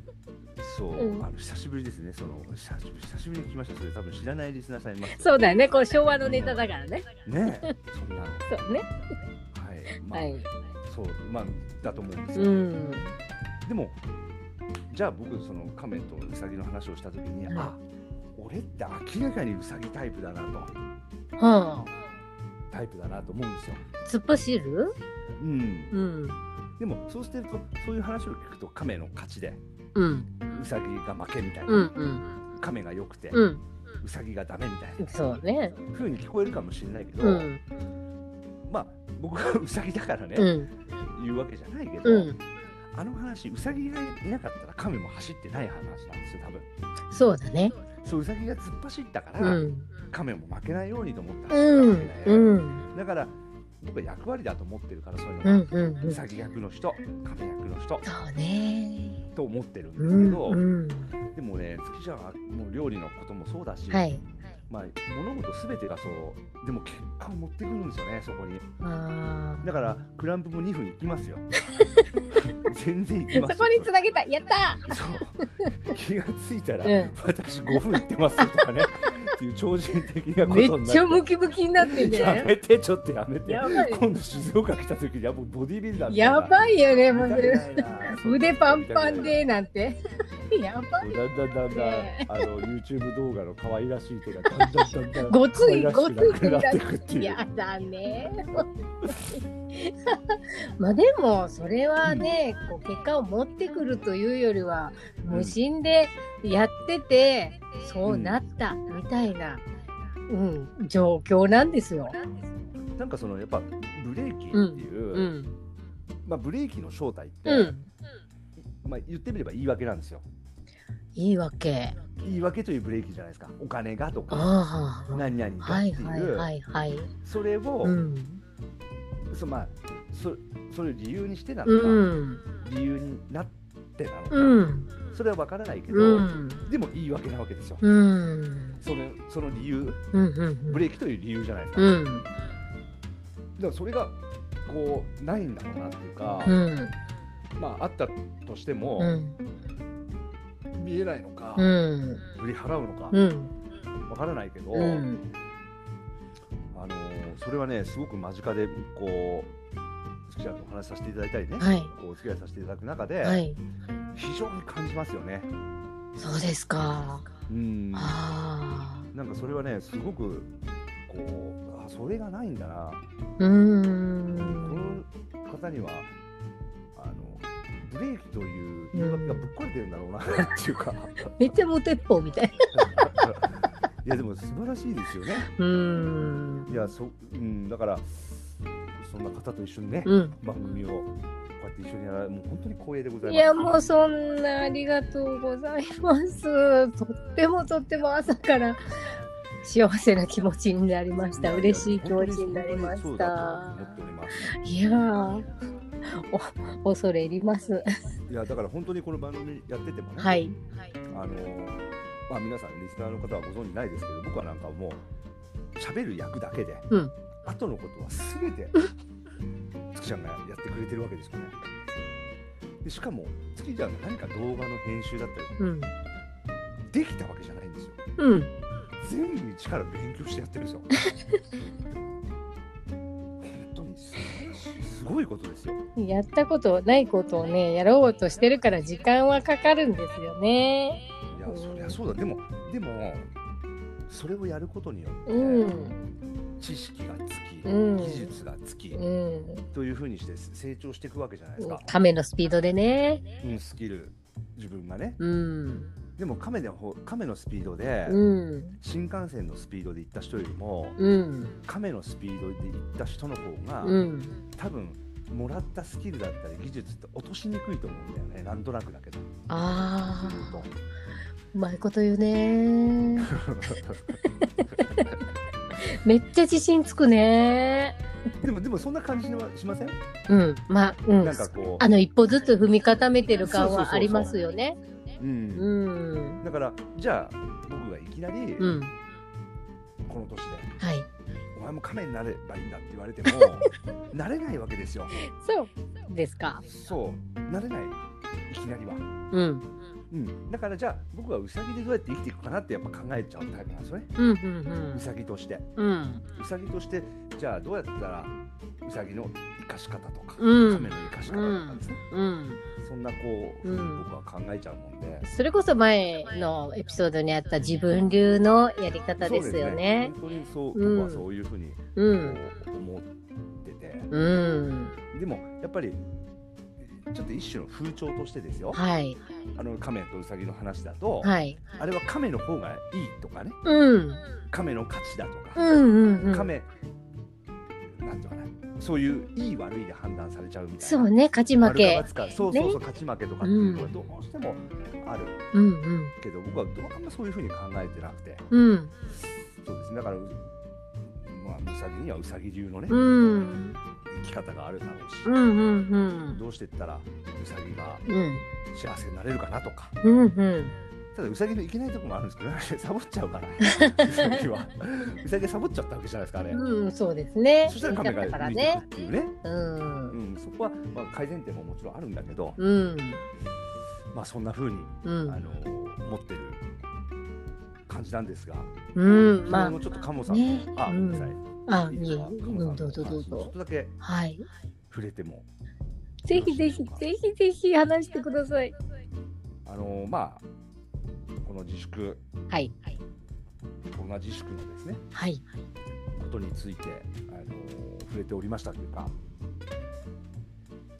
[SPEAKER 1] そう、
[SPEAKER 2] うん
[SPEAKER 1] あの久しぶりですねその久しぶり久しぶりに聞きましたそれ多分知らないリスナーさんいます
[SPEAKER 2] そうだよね。こう昭和のネタだからね。
[SPEAKER 1] ねえそんなのは
[SPEAKER 2] そうね。
[SPEAKER 1] いまあ、
[SPEAKER 2] はい。
[SPEAKER 1] そうまあだと思うんです
[SPEAKER 2] う
[SPEAKER 1] よ、
[SPEAKER 2] ん。
[SPEAKER 1] でもじゃあ僕その亀とウサギの話をした時に、
[SPEAKER 2] うん
[SPEAKER 1] あ俺って明らかにウサギタイプだなと
[SPEAKER 2] はあ。
[SPEAKER 1] タイプだなと思うんですよ、
[SPEAKER 2] 突っ走る。
[SPEAKER 1] うん、
[SPEAKER 2] うん。
[SPEAKER 1] でもそうしてるとそういう話を聞くと亀の勝ちで
[SPEAKER 2] うん。
[SPEAKER 1] ウサギが負けみたいな、
[SPEAKER 2] うん。うん。
[SPEAKER 1] 亀が良くて、
[SPEAKER 2] うん。
[SPEAKER 1] ウサギがダメみたいな
[SPEAKER 2] そうね。
[SPEAKER 1] ふうに聞こえるかもしれないけど、
[SPEAKER 2] うん。
[SPEAKER 1] まあ僕はウサギだからね、
[SPEAKER 2] うん。
[SPEAKER 1] 言うわけじゃないけど、
[SPEAKER 2] うん。
[SPEAKER 1] あの話ウサギがいなかったら亀も走ってない話なんですよ多分
[SPEAKER 2] そうだね。
[SPEAKER 1] そうウサギが突っ走ったから、
[SPEAKER 2] うん。
[SPEAKER 1] 亀も負けないようにと思って走
[SPEAKER 2] う
[SPEAKER 1] ったわ
[SPEAKER 2] ん。
[SPEAKER 1] けで、
[SPEAKER 2] うん。
[SPEAKER 1] だから僕は役割だと思ってるからそういうの
[SPEAKER 2] う
[SPEAKER 1] が、
[SPEAKER 2] ん。うん。う
[SPEAKER 1] ウ
[SPEAKER 2] ん。
[SPEAKER 1] サギ役の人亀役の人
[SPEAKER 2] そうね。
[SPEAKER 1] と思ってるん
[SPEAKER 2] う
[SPEAKER 1] ですけ
[SPEAKER 2] ん。
[SPEAKER 1] ど、
[SPEAKER 2] うん。
[SPEAKER 1] でもね月ちゃんはもう料理のこともそうだし、
[SPEAKER 2] はい。
[SPEAKER 1] まあ、物事すべてがそうでも結果を持ってくるんですよねそこに
[SPEAKER 2] あ
[SPEAKER 1] だからクランプも2分いきますよ 全然いき
[SPEAKER 2] あ。
[SPEAKER 1] ます
[SPEAKER 2] そ
[SPEAKER 1] よ
[SPEAKER 2] こに繋げた。やった。
[SPEAKER 1] そう気がついたら、
[SPEAKER 2] うん
[SPEAKER 1] 私5分いってますよとかねっていう超人的なこと
[SPEAKER 2] め
[SPEAKER 1] にな
[SPEAKER 2] っちゃムキムキになってんじゃな
[SPEAKER 1] や
[SPEAKER 2] い。
[SPEAKER 1] めてちょっとやめて
[SPEAKER 2] やばい。
[SPEAKER 1] 今度静岡来た時にはもうボディービルダーみたいな
[SPEAKER 2] やばいよね、も
[SPEAKER 1] 見たく
[SPEAKER 2] う。
[SPEAKER 1] ないな
[SPEAKER 2] 腕パンパンでなんて。やばい。
[SPEAKER 1] だんだんだんだん、
[SPEAKER 2] ね
[SPEAKER 1] あの YouTube 動画の可愛らしい手がだんだんだんだん
[SPEAKER 2] ごつい、
[SPEAKER 1] 可
[SPEAKER 2] ご
[SPEAKER 1] 愛
[SPEAKER 2] つ
[SPEAKER 1] らし
[SPEAKER 2] い
[SPEAKER 1] くなくなっていくっていう
[SPEAKER 2] やだね。 まあでもそれはね、こう結果を持ってくるというよりは
[SPEAKER 1] うん
[SPEAKER 2] 無心でやってて、そうなったみたいな、うん状況なんですよ。
[SPEAKER 1] なんかそのやっぱブレーキっていう、
[SPEAKER 2] うん、
[SPEAKER 1] まあ、ブレーキの正体って、
[SPEAKER 2] うん、
[SPEAKER 1] まあ、言ってみれば言い訳なんですよ。
[SPEAKER 2] いいわけ。
[SPEAKER 1] 言い訳というブレーキじゃないですか。お金がとか、
[SPEAKER 2] ああ、
[SPEAKER 1] 何々がっ
[SPEAKER 2] は
[SPEAKER 1] てい、
[SPEAKER 2] いうはいはいはい。
[SPEAKER 1] それを、
[SPEAKER 2] うん、
[SPEAKER 1] そまあ、そそれを理由にしてなのか、
[SPEAKER 2] うん、
[SPEAKER 1] 理由になっってなのか、
[SPEAKER 2] うん。
[SPEAKER 1] それは分からないけど、
[SPEAKER 2] うん。
[SPEAKER 1] でも言い訳なわけですよ、
[SPEAKER 2] うん。
[SPEAKER 1] そのその理由
[SPEAKER 2] うん。うん
[SPEAKER 1] ブレーキという理由じゃないですか、
[SPEAKER 2] う
[SPEAKER 1] だ
[SPEAKER 2] ん。
[SPEAKER 1] からそれがこうないんだろうなっていうか、
[SPEAKER 2] うん。
[SPEAKER 1] まああったとしても、
[SPEAKER 2] うん。
[SPEAKER 1] 見えないのか、
[SPEAKER 2] うん。
[SPEAKER 1] 振り払うのか、
[SPEAKER 2] うん。
[SPEAKER 1] 分からないけど、
[SPEAKER 2] うん。
[SPEAKER 1] あのーそれはねすごく間近でこう月ちゃんとお話しさせていただいたりね、
[SPEAKER 2] はい。
[SPEAKER 1] こうお付き合いさせていただく中で、
[SPEAKER 2] はい。
[SPEAKER 1] 非常に感じますよね。
[SPEAKER 2] そうですか。
[SPEAKER 1] うん
[SPEAKER 2] ああ。
[SPEAKER 1] なんかそれはねすごくこうあそれがないんだな
[SPEAKER 2] うー
[SPEAKER 1] こ
[SPEAKER 2] ん。
[SPEAKER 1] の方にはあのブレーキという言い訳がぶっ壊れてるんだろうな っていうか
[SPEAKER 2] めっちゃ無鉄砲みたい。
[SPEAKER 1] いやでも素晴らしいですよね
[SPEAKER 2] うーん。
[SPEAKER 1] いやそ、うん、だからそんな方と一緒にね、
[SPEAKER 2] うん。
[SPEAKER 1] 番組をこうやって一緒にやられもう本当に光栄でございます
[SPEAKER 2] いやもうそんなありがとうございます。とってもとっても朝から幸せな気持ちになりました。嬉しい気持ちになりま
[SPEAKER 1] 本
[SPEAKER 2] し
[SPEAKER 1] 当にそうだと思。
[SPEAKER 2] た
[SPEAKER 1] っております
[SPEAKER 2] いやーお恐れ入ります。
[SPEAKER 1] いやだから本当にこの番組やっててもね、
[SPEAKER 2] はい。
[SPEAKER 1] あのーまあ、皆さんリスナーの方はご存じないですけど僕はなんかもう喋る役だけで、
[SPEAKER 2] うん
[SPEAKER 1] 後のことは全て月ちゃんがやってくれてるわけですよね。でしかも月ちゃんが何か動画の編集だったり
[SPEAKER 2] うん。
[SPEAKER 1] できたわけじゃないんですよ。
[SPEAKER 2] うん。
[SPEAKER 1] 全部一から勉強してやってるんですよ。本当に素晴らしいすごいことですよ。
[SPEAKER 2] やったことないことをね、やろうとしてるから時間はかかるんですよね。
[SPEAKER 1] いやそりゃそうだでもでもそれをやることによって、
[SPEAKER 2] うん。
[SPEAKER 1] 知識がつき、
[SPEAKER 2] うん
[SPEAKER 1] 技術がつき、
[SPEAKER 2] うん。
[SPEAKER 1] というふうにして成長していくわけじゃないですか、
[SPEAKER 2] 亀のスピードでね。
[SPEAKER 1] うん、スキル自分がね
[SPEAKER 2] うん。
[SPEAKER 1] でも亀の方亀のスピードで、
[SPEAKER 2] うん。
[SPEAKER 1] 新幹線のスピードで行った人よりも
[SPEAKER 2] うん。
[SPEAKER 1] 亀のスピードで行った人の方が、
[SPEAKER 2] うん。
[SPEAKER 1] 多分もらったスキルだったり技術って落としにくいと思うんだよねなんとなくだけど。そ
[SPEAKER 2] あ
[SPEAKER 1] うする
[SPEAKER 2] あ
[SPEAKER 1] と。
[SPEAKER 2] うまいこと言 うね。めっちゃ自信つくね。
[SPEAKER 1] でもでもそんな感じはしません、
[SPEAKER 2] うん、まあ、うん
[SPEAKER 1] なん。かこ
[SPEAKER 2] あの一歩ずつ踏み固めてる
[SPEAKER 1] そう
[SPEAKER 2] 感
[SPEAKER 1] そうそうそう
[SPEAKER 2] はありますよね。
[SPEAKER 1] う、うん
[SPEAKER 2] うん。
[SPEAKER 1] だからじゃあ僕がいきなり、
[SPEAKER 2] うん。
[SPEAKER 1] この年で
[SPEAKER 2] はい。
[SPEAKER 1] お前も亀になればいいんだって言われても なれないわけですよ
[SPEAKER 2] そうですか。
[SPEAKER 1] そうなれないいきなりは、
[SPEAKER 2] うん。
[SPEAKER 1] うん、だからじゃあ僕はウサギでどうやって生きていくかなってやっぱ考えちゃうタイプなんですよね
[SPEAKER 2] うん。う
[SPEAKER 1] ウ
[SPEAKER 2] ん。
[SPEAKER 1] サギとして
[SPEAKER 2] うん。
[SPEAKER 1] ウサギとしてじゃあどうやったらウサギの生かし方とか、
[SPEAKER 2] うん
[SPEAKER 1] 亀の生かし方とかですね、
[SPEAKER 2] うん。
[SPEAKER 1] そんなこうふうに僕は考えちゃうもんで、
[SPEAKER 2] それこそ前のエピソードにあった自分流のやり方
[SPEAKER 1] そう
[SPEAKER 2] ですよね。
[SPEAKER 1] 本当にそう、
[SPEAKER 2] うん
[SPEAKER 1] 僕はそういうふうに
[SPEAKER 2] う
[SPEAKER 1] こ
[SPEAKER 2] ん。
[SPEAKER 1] う思ってて、
[SPEAKER 2] うん。
[SPEAKER 1] でもやっぱりちょっと一種の風潮としてですよ、
[SPEAKER 2] はい。
[SPEAKER 1] あの亀とウサギの話だと、
[SPEAKER 2] はい。
[SPEAKER 1] あれは亀の方がいいとかね
[SPEAKER 2] うん。
[SPEAKER 1] 亀の価値だと
[SPEAKER 2] う
[SPEAKER 1] か、
[SPEAKER 2] ん。うん。うん。
[SPEAKER 1] 亀なんていうかなそういういい悪いで判断されちゃうみたいな
[SPEAKER 2] そうね、勝ち負
[SPEAKER 1] 丸か
[SPEAKER 2] け
[SPEAKER 1] ×。かそうそうそう、勝ち負けとかっていうのが
[SPEAKER 2] うん
[SPEAKER 1] どうしてもある
[SPEAKER 2] うんうん
[SPEAKER 1] けど、僕はどうあんまそういうふうに考えてなくて
[SPEAKER 2] うん
[SPEAKER 1] そうですねだからうまあウサギにはウサギ流のね、
[SPEAKER 2] うん
[SPEAKER 1] 生き方があるだろうし、
[SPEAKER 2] うんうんうん
[SPEAKER 1] どうしていったらウサギが
[SPEAKER 2] うん
[SPEAKER 1] 幸せになれるかなとか
[SPEAKER 2] うんうん
[SPEAKER 1] ただウサギのいけないとこもあるんですけど、ね、 サボっちゃうからウサギはウサギサボっちゃったわけじゃないですかね、
[SPEAKER 2] うんそうですね
[SPEAKER 1] そしたらカメ
[SPEAKER 2] だか
[SPEAKER 1] が
[SPEAKER 2] ら
[SPEAKER 1] 見て
[SPEAKER 2] ね
[SPEAKER 1] くっていうね
[SPEAKER 2] う
[SPEAKER 1] うんん、そこは、まあ、改善点ももちろんあるんだけど、
[SPEAKER 2] うん
[SPEAKER 1] まあ、そんな風に、
[SPEAKER 2] う
[SPEAKER 1] あ
[SPEAKER 2] ん
[SPEAKER 1] の持ってる感じなんですが、
[SPEAKER 2] うん
[SPEAKER 1] 昨
[SPEAKER 2] ま
[SPEAKER 1] 日のちょっとカモさ
[SPEAKER 2] あ
[SPEAKER 1] ん、
[SPEAKER 2] ね
[SPEAKER 1] あ、
[SPEAKER 2] う
[SPEAKER 1] ごめんなさい
[SPEAKER 2] ん、あ
[SPEAKER 1] いい
[SPEAKER 2] い
[SPEAKER 1] で
[SPEAKER 2] え
[SPEAKER 1] す
[SPEAKER 2] いえ
[SPEAKER 1] か、
[SPEAKER 2] う
[SPEAKER 1] カモさ
[SPEAKER 2] んど
[SPEAKER 1] ん
[SPEAKER 2] う
[SPEAKER 1] の
[SPEAKER 2] ぞ
[SPEAKER 1] 話
[SPEAKER 2] どう
[SPEAKER 1] にちょっ
[SPEAKER 2] ぞ
[SPEAKER 1] とだけ
[SPEAKER 2] はい
[SPEAKER 1] 触れても、
[SPEAKER 2] ぜひぜひぜひぜひ話してください
[SPEAKER 1] あのまあ、この自粛、
[SPEAKER 2] はい
[SPEAKER 1] コロナ自粛のですね、
[SPEAKER 2] はい
[SPEAKER 1] ことについて、あの触れておりましたというか、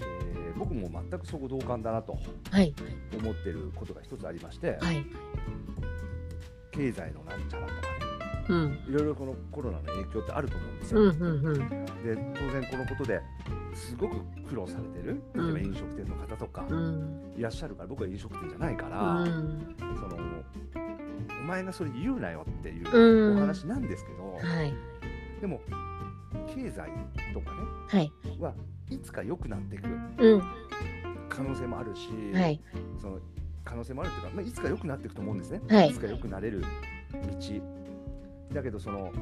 [SPEAKER 1] えー僕も全くそこ同感だなと
[SPEAKER 2] はい
[SPEAKER 1] 思ってることが一つありまして、
[SPEAKER 2] はい
[SPEAKER 1] 経済のなんちゃらとかね、
[SPEAKER 2] うん
[SPEAKER 1] いろいろこのコロナの影響ってあると思うんですよ。
[SPEAKER 2] うんうんうん
[SPEAKER 1] で当然このことですごく苦労されてる例え
[SPEAKER 2] うん
[SPEAKER 1] ば飲食店の方とか
[SPEAKER 2] うん
[SPEAKER 1] いらっしゃるから、僕は飲食店じゃないか
[SPEAKER 2] う
[SPEAKER 1] ら、
[SPEAKER 2] ん
[SPEAKER 1] そのお前がそれ言うなよっていううんお話なんですけど、
[SPEAKER 2] はい
[SPEAKER 1] でも経済とか
[SPEAKER 2] はい
[SPEAKER 1] ねはいつか良くなっていく
[SPEAKER 2] うん
[SPEAKER 1] 可能性もあるし、
[SPEAKER 2] はい。
[SPEAKER 1] その可能性もあるっていうか、まあ、いつか良くなっていくと思うんですね、
[SPEAKER 2] はい
[SPEAKER 1] いつか良くなれる道だけどその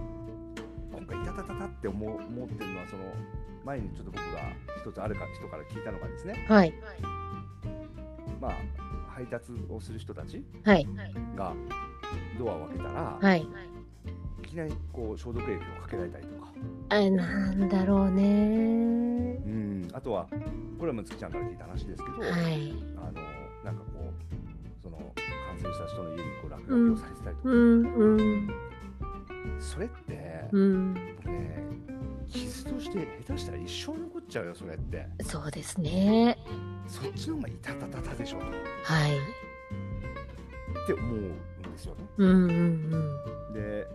[SPEAKER 1] 今回いたたたたって思う思ってるのはその前にちょっと僕が一つあるか人から聞いたのがですね
[SPEAKER 2] はい。
[SPEAKER 1] まあ配達をする人たち
[SPEAKER 2] はい。
[SPEAKER 1] がドアを開けたら、
[SPEAKER 2] はい。
[SPEAKER 1] い、きなりこう消毒液をかけられたりとか
[SPEAKER 2] あ、なんだろうね。
[SPEAKER 1] うんあとはこれはもう月ちゃんから聞いた話ですけど、
[SPEAKER 2] はい。
[SPEAKER 1] あのなんかこうその感染した人の家にこう落書きをされてたりとか、
[SPEAKER 2] うん、うん、
[SPEAKER 1] それって、
[SPEAKER 2] うん。
[SPEAKER 1] ね傷として下手したら一生残っちゃうよそれって
[SPEAKER 2] そうですね。
[SPEAKER 1] そっちの方がいたたたたでしょ
[SPEAKER 2] はい。
[SPEAKER 1] って思うんですよね
[SPEAKER 2] うん、うん、うん。
[SPEAKER 1] で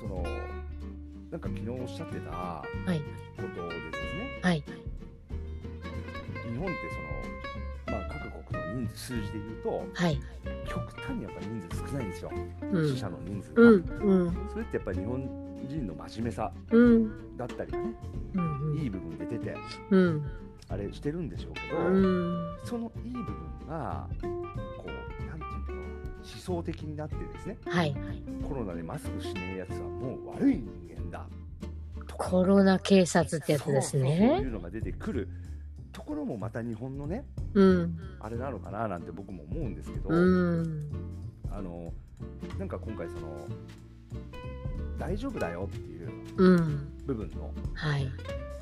[SPEAKER 1] そのなんか昨日おっしゃってた
[SPEAKER 2] はい。
[SPEAKER 1] ことでですね
[SPEAKER 2] はい。
[SPEAKER 1] 日本ってその、まあ、各国の人数数字で言うと
[SPEAKER 2] はい。
[SPEAKER 1] 極端にやっぱ人数少ないんですよ、
[SPEAKER 2] う
[SPEAKER 1] 死
[SPEAKER 2] ん。
[SPEAKER 1] 者の人数が、
[SPEAKER 2] うん、うん、
[SPEAKER 1] それってやっぱり日本人の真面目さ
[SPEAKER 2] うん。
[SPEAKER 1] だったりがね
[SPEAKER 2] う
[SPEAKER 1] い
[SPEAKER 2] ん、
[SPEAKER 1] い部分で出て
[SPEAKER 2] うん。
[SPEAKER 1] あれしてるんでしょうけど、
[SPEAKER 2] うん。
[SPEAKER 1] そのいい部分がこうなんていうのかな思想的になってですね
[SPEAKER 2] はい。
[SPEAKER 1] コロナでマスクしねえやつはもう悪い人間だとか
[SPEAKER 2] コロナ警察ってやつです
[SPEAKER 1] そうそうそうい
[SPEAKER 2] ね。
[SPEAKER 1] うのが出てくるところもまた日本のね
[SPEAKER 2] うん。
[SPEAKER 1] あれなのかななんて僕も思うんですけど、
[SPEAKER 2] うん。
[SPEAKER 1] あのなんか今回その大丈夫だよっていう
[SPEAKER 2] うん。
[SPEAKER 1] 部分の
[SPEAKER 2] はい。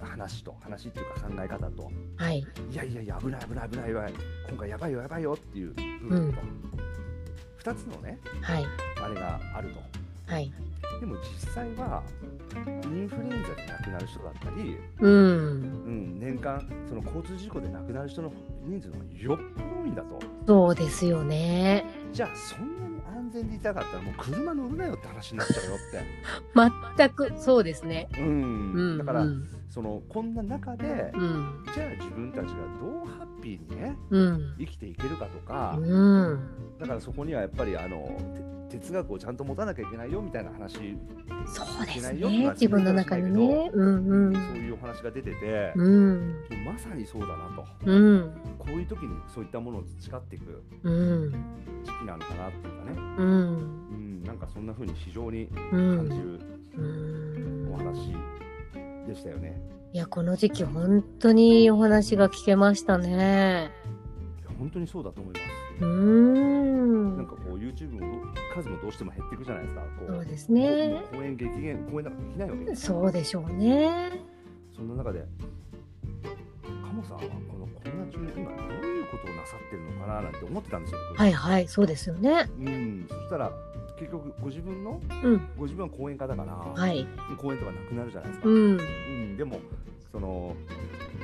[SPEAKER 1] 話と話っていうか考え方と
[SPEAKER 2] はい。
[SPEAKER 1] いやいやいや危ない危ない危ない危ない今回やばいよやばいよっていう部分と、二つのね
[SPEAKER 2] はい。
[SPEAKER 1] あれがあると。
[SPEAKER 2] はい。
[SPEAKER 1] でも実際はインフルエンザで亡くなる人だったり、
[SPEAKER 2] うん。
[SPEAKER 1] うん、年間その交通事故で亡くなる人の人数の方がよっぽど多いんだと
[SPEAKER 2] そうですよね。
[SPEAKER 1] じゃあそんなに安全でいたかったらもう車乗るなよって話になっちゃうよっ
[SPEAKER 2] 全くそうですね。
[SPEAKER 1] て、うん
[SPEAKER 2] うん。
[SPEAKER 1] だから、
[SPEAKER 2] うん。
[SPEAKER 1] そのこんな中で
[SPEAKER 2] うん。
[SPEAKER 1] じゃあ自分たちがどうハッピーにね
[SPEAKER 2] うん。
[SPEAKER 1] 生きていけるかとか、
[SPEAKER 2] うん。
[SPEAKER 1] だからそこにはやっぱりあのて哲学をちゃんと持たなきゃいけないよみたいな話、
[SPEAKER 2] そうです
[SPEAKER 1] いけない
[SPEAKER 2] ね。
[SPEAKER 1] よ
[SPEAKER 2] 自分の中にね。うん。う。
[SPEAKER 1] そうんいうお話が出てて、
[SPEAKER 2] うん。
[SPEAKER 1] もうまさにそうだなと。
[SPEAKER 2] うん。
[SPEAKER 1] こういう時にそういったものを培っていく
[SPEAKER 2] うん。
[SPEAKER 1] 時期なのかなっていうかね、
[SPEAKER 2] うん。
[SPEAKER 1] うん、なんかそんな風に非常に
[SPEAKER 2] う
[SPEAKER 1] 感じ
[SPEAKER 2] ん。
[SPEAKER 1] る
[SPEAKER 2] うん
[SPEAKER 1] お話でしたよね。
[SPEAKER 2] いや、この時期本当にお話が聞けましたね。
[SPEAKER 1] いや本当にそうだと思います。
[SPEAKER 2] うー
[SPEAKER 1] なん
[SPEAKER 2] ん。
[SPEAKER 1] かこう YouTube もど数もどうしても減っていくじゃないですか。こ
[SPEAKER 2] そう
[SPEAKER 1] う
[SPEAKER 2] ですね
[SPEAKER 1] も。う公演激減、公演なんかできないわけです。
[SPEAKER 2] そうでしょうね。
[SPEAKER 1] そんな中で、鴨さんはこのコロナ中に今どういうことをなさってるのかななんて思ってたんですよ、僕。
[SPEAKER 2] はいはい、そうですよね。
[SPEAKER 1] うん、そしたら結局ご自分の
[SPEAKER 2] うん。
[SPEAKER 1] ご自分は講演家だから、
[SPEAKER 2] はい。
[SPEAKER 1] 講演とかなくなるじゃないですか。
[SPEAKER 2] うん。
[SPEAKER 1] うん、でもその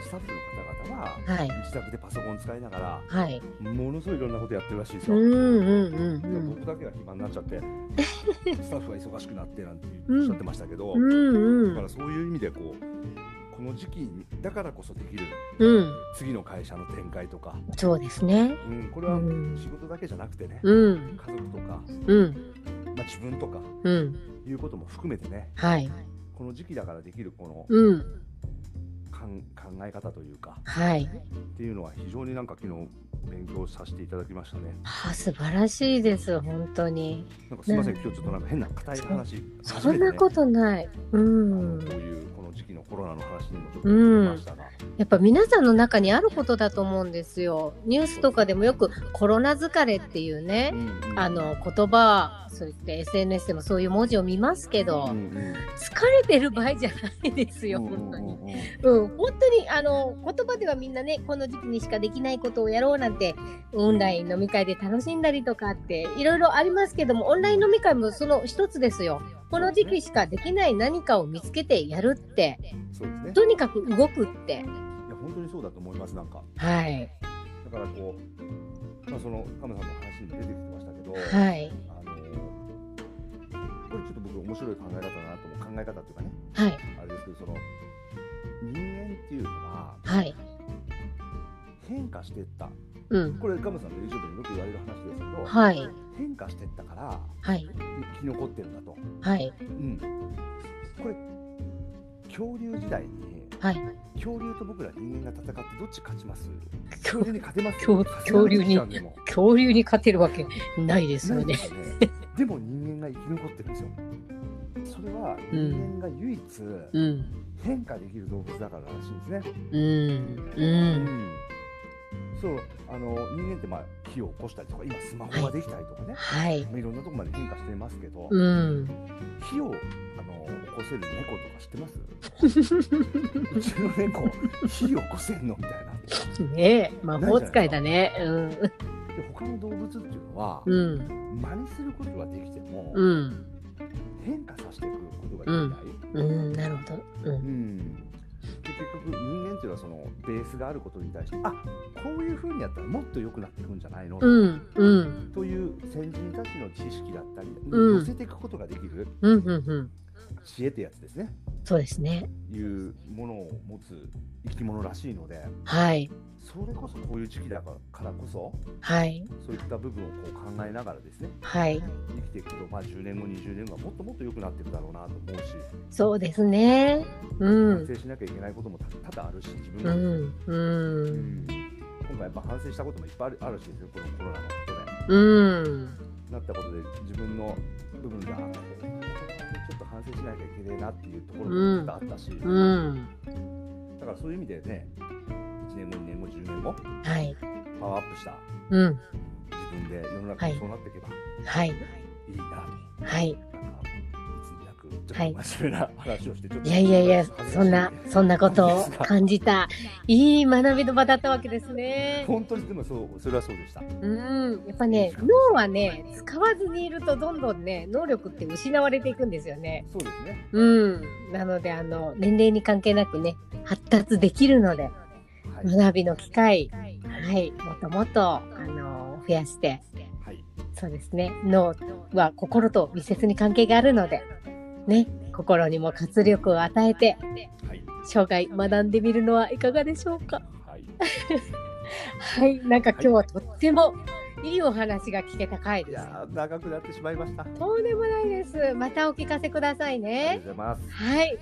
[SPEAKER 1] スタッフの方々は
[SPEAKER 2] はい。
[SPEAKER 1] 自宅でパソコン使いながら
[SPEAKER 2] はい。
[SPEAKER 1] ものすごいいろんなことやってるらしいです
[SPEAKER 2] う
[SPEAKER 1] よ。
[SPEAKER 2] ん
[SPEAKER 1] で
[SPEAKER 2] うんうん
[SPEAKER 1] 僕だけが暇になっちゃって スタッフが忙しくなってなんて
[SPEAKER 2] うん
[SPEAKER 1] おっしゃってましたけど、
[SPEAKER 2] うん。う
[SPEAKER 1] だ
[SPEAKER 2] んう
[SPEAKER 1] から
[SPEAKER 2] ん。
[SPEAKER 1] そういう意味でこうこの時期にだからこそできる
[SPEAKER 2] うん。
[SPEAKER 1] 次の会社の展開とか、
[SPEAKER 2] そうですね。
[SPEAKER 1] うん、これ
[SPEAKER 2] う
[SPEAKER 1] は
[SPEAKER 2] ん
[SPEAKER 1] 仕事だけじゃなくてね、
[SPEAKER 2] うん。
[SPEAKER 1] 家族とか、ま
[SPEAKER 2] うん。
[SPEAKER 1] あ、自分とか
[SPEAKER 2] うん。
[SPEAKER 1] いうことも含めてね
[SPEAKER 2] はい。
[SPEAKER 1] この時期だからできるこの
[SPEAKER 2] うん。
[SPEAKER 1] かん考え方というか
[SPEAKER 2] はい。
[SPEAKER 1] っていうのは非常になんか昨日勉強させていただきましたね。
[SPEAKER 2] あ、素晴らしいです。本当に。
[SPEAKER 1] なんかすみません、
[SPEAKER 2] ね
[SPEAKER 1] 今日ちょっとなんか変な硬い話。初
[SPEAKER 2] そ
[SPEAKER 1] め
[SPEAKER 2] ん
[SPEAKER 1] てね
[SPEAKER 2] なことない。う。
[SPEAKER 1] あのこうんいうこの時期のコロナの話にもちょっと出ましたが、
[SPEAKER 2] やっぱ皆さんの中にあることだと思うんですよ。ニュースとかでもよくコロナ疲れっていうね。
[SPEAKER 1] うんうん
[SPEAKER 2] あ、の言葉、そういって SNS でもそういう文字を見ますけど、
[SPEAKER 1] うんうん
[SPEAKER 2] 疲れてる場合じゃないですよ、本当に。。うん、本当にあの言葉ではみんなね、この時期にしかできないことをやろうなんて、オンライン飲み会で楽しんだりとかって、いろいろありますけども、オンライン飲み会もその一つですよ。この時期しかできない何かを見つけてやるって、
[SPEAKER 1] そうですね。
[SPEAKER 2] とにかく動くって。
[SPEAKER 1] いや本当にそうだと思いますなんか。
[SPEAKER 2] はい。
[SPEAKER 1] だからこう、まあそのカムさんの話にも出てきてましたけど、
[SPEAKER 2] はい。
[SPEAKER 1] あのこれちょっと僕面白い考え方だなと思う考え方っていうかね、
[SPEAKER 2] はい。
[SPEAKER 1] あれですけどその人間っていうのは
[SPEAKER 2] はい。
[SPEAKER 1] 変化していった。
[SPEAKER 2] うん。
[SPEAKER 1] これカムさんの YouTube によく言われる話ですけど、
[SPEAKER 2] はい。
[SPEAKER 1] 変化していったから
[SPEAKER 2] はい。
[SPEAKER 1] 生き残ってるんだと、
[SPEAKER 2] はい。
[SPEAKER 1] これ恐竜時代に
[SPEAKER 2] はい
[SPEAKER 1] 恐竜と僕ら人間が戦ってどっち勝ちます恐
[SPEAKER 2] 恐
[SPEAKER 1] 竜に勝てます
[SPEAKER 2] 恐恐竜に
[SPEAKER 1] 勝てない時間でも
[SPEAKER 2] 恐竜に勝てるわけないですよね。
[SPEAKER 1] ないですよね でも人間が生き残ってるんですよそれは人間が唯一
[SPEAKER 2] うん
[SPEAKER 1] 変化できる動物だかららしいんですね、
[SPEAKER 2] うんう
[SPEAKER 1] うんん、そうあの人間ってまあ火を起こしたりとか今スマホができたりとかね、
[SPEAKER 2] はい
[SPEAKER 1] まあいろんなとこまで変化してますけど、
[SPEAKER 2] うん
[SPEAKER 1] 火をあの起こせる猫とか知ってます うちの猫火起こせんのみたいな
[SPEAKER 2] ねえ魔法使いだね
[SPEAKER 1] で他の動物っていうのは、
[SPEAKER 2] うん
[SPEAKER 1] 真似することはできても、
[SPEAKER 2] うん
[SPEAKER 1] 変化させていくことができない、
[SPEAKER 2] うんうんなるほどう
[SPEAKER 1] うんんで結局人間っていうのはそのベースがあることに対してあこういうふうにやったらもっと良くなっていくんじゃないの、
[SPEAKER 2] うんうん
[SPEAKER 1] という先人たちの知識だったりに
[SPEAKER 2] うん
[SPEAKER 1] 乗せていくことができる
[SPEAKER 2] うんうんうん
[SPEAKER 1] 知恵ってやつですね、
[SPEAKER 2] そうですね
[SPEAKER 1] いうものを持つ生き物らしいので
[SPEAKER 2] はい
[SPEAKER 1] それこそこういう時期だからこそ
[SPEAKER 2] はい
[SPEAKER 1] そういった部分をこう考えながらですね
[SPEAKER 2] はい
[SPEAKER 1] 生きていくと、まあ、10年後20年後はもっともっと良くなっていくだろうなと思うし
[SPEAKER 2] そうですねうん
[SPEAKER 1] 反省しなきゃいけないことも多々あるし自分
[SPEAKER 2] う
[SPEAKER 1] が、
[SPEAKER 2] んう
[SPEAKER 1] うんん今回やっぱ反省したこともいっぱいあるあるしですよこのコロナのことで
[SPEAKER 2] うん
[SPEAKER 1] なったことで自分の部分がこうちょっと反省しなきゃいけないなっていうところも多々あったし、
[SPEAKER 2] うん
[SPEAKER 1] だからそういう意味でね1年後2年後10年後
[SPEAKER 2] はい
[SPEAKER 1] パワーアップした
[SPEAKER 2] うん
[SPEAKER 1] 自分で世の中にそうなっていけば
[SPEAKER 2] はい
[SPEAKER 1] いいなと、
[SPEAKER 2] はい
[SPEAKER 1] なんかいつになくちょっと真面目な話をしてちょっと
[SPEAKER 2] いやいやいやそんなそんなことを感じたいい学びの場だったわけですね
[SPEAKER 1] 本当にでもそうそれはそうでした
[SPEAKER 2] うん、やっぱね、脳はね、使わずにいるとどんどんね、能力って失われていくんですよね。
[SPEAKER 1] そうですね
[SPEAKER 2] うん、なので、あの年齢に関係なくね、発達できるので、
[SPEAKER 1] はい、
[SPEAKER 2] 学びの機会、はい、もっともっと、あの増やして。
[SPEAKER 1] はい、
[SPEAKER 2] そうですね、脳は心と密接に関係があるので、ね、心にも活力を与えて、
[SPEAKER 1] はい、
[SPEAKER 2] 生涯学んでみるのはいかがでしょうか。
[SPEAKER 1] はい、
[SPEAKER 2] はい、なんか今日はとってもいいお話が聞けた回
[SPEAKER 1] い
[SPEAKER 2] です。
[SPEAKER 1] やー長くなってしまいましたありがと
[SPEAKER 2] とんでもないです。またお聞かせくださいうね。
[SPEAKER 1] ございます
[SPEAKER 2] はい。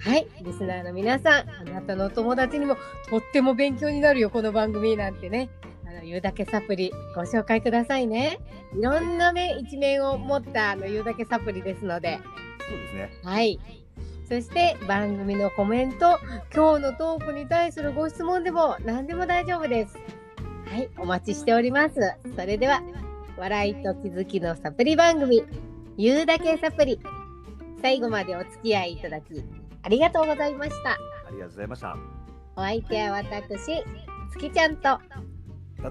[SPEAKER 2] はい。リスナーの皆さん、あなたのお友達にもとっても勉強になるよ、この番組なんてね。あの、言うだけサプリ、ご紹介くださいね。いろんな面、一面を持った、あの、言うだけサプリですので。
[SPEAKER 1] そうですね
[SPEAKER 2] はい。そして番組のコメント、今日のトークに対するご質問でも何でも大丈夫です。はい、お待ちしております。それでは、笑いと気づきのサプリ番組、言うだけサプリ。最後までお付き合いいただき、ありがとうございました。
[SPEAKER 1] ありがとうございました
[SPEAKER 2] お相手は私、月ちゃんと、
[SPEAKER 1] ラ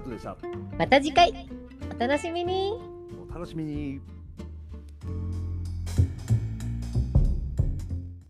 [SPEAKER 1] ットでした
[SPEAKER 2] また次回、お楽しみに。
[SPEAKER 1] お楽しみに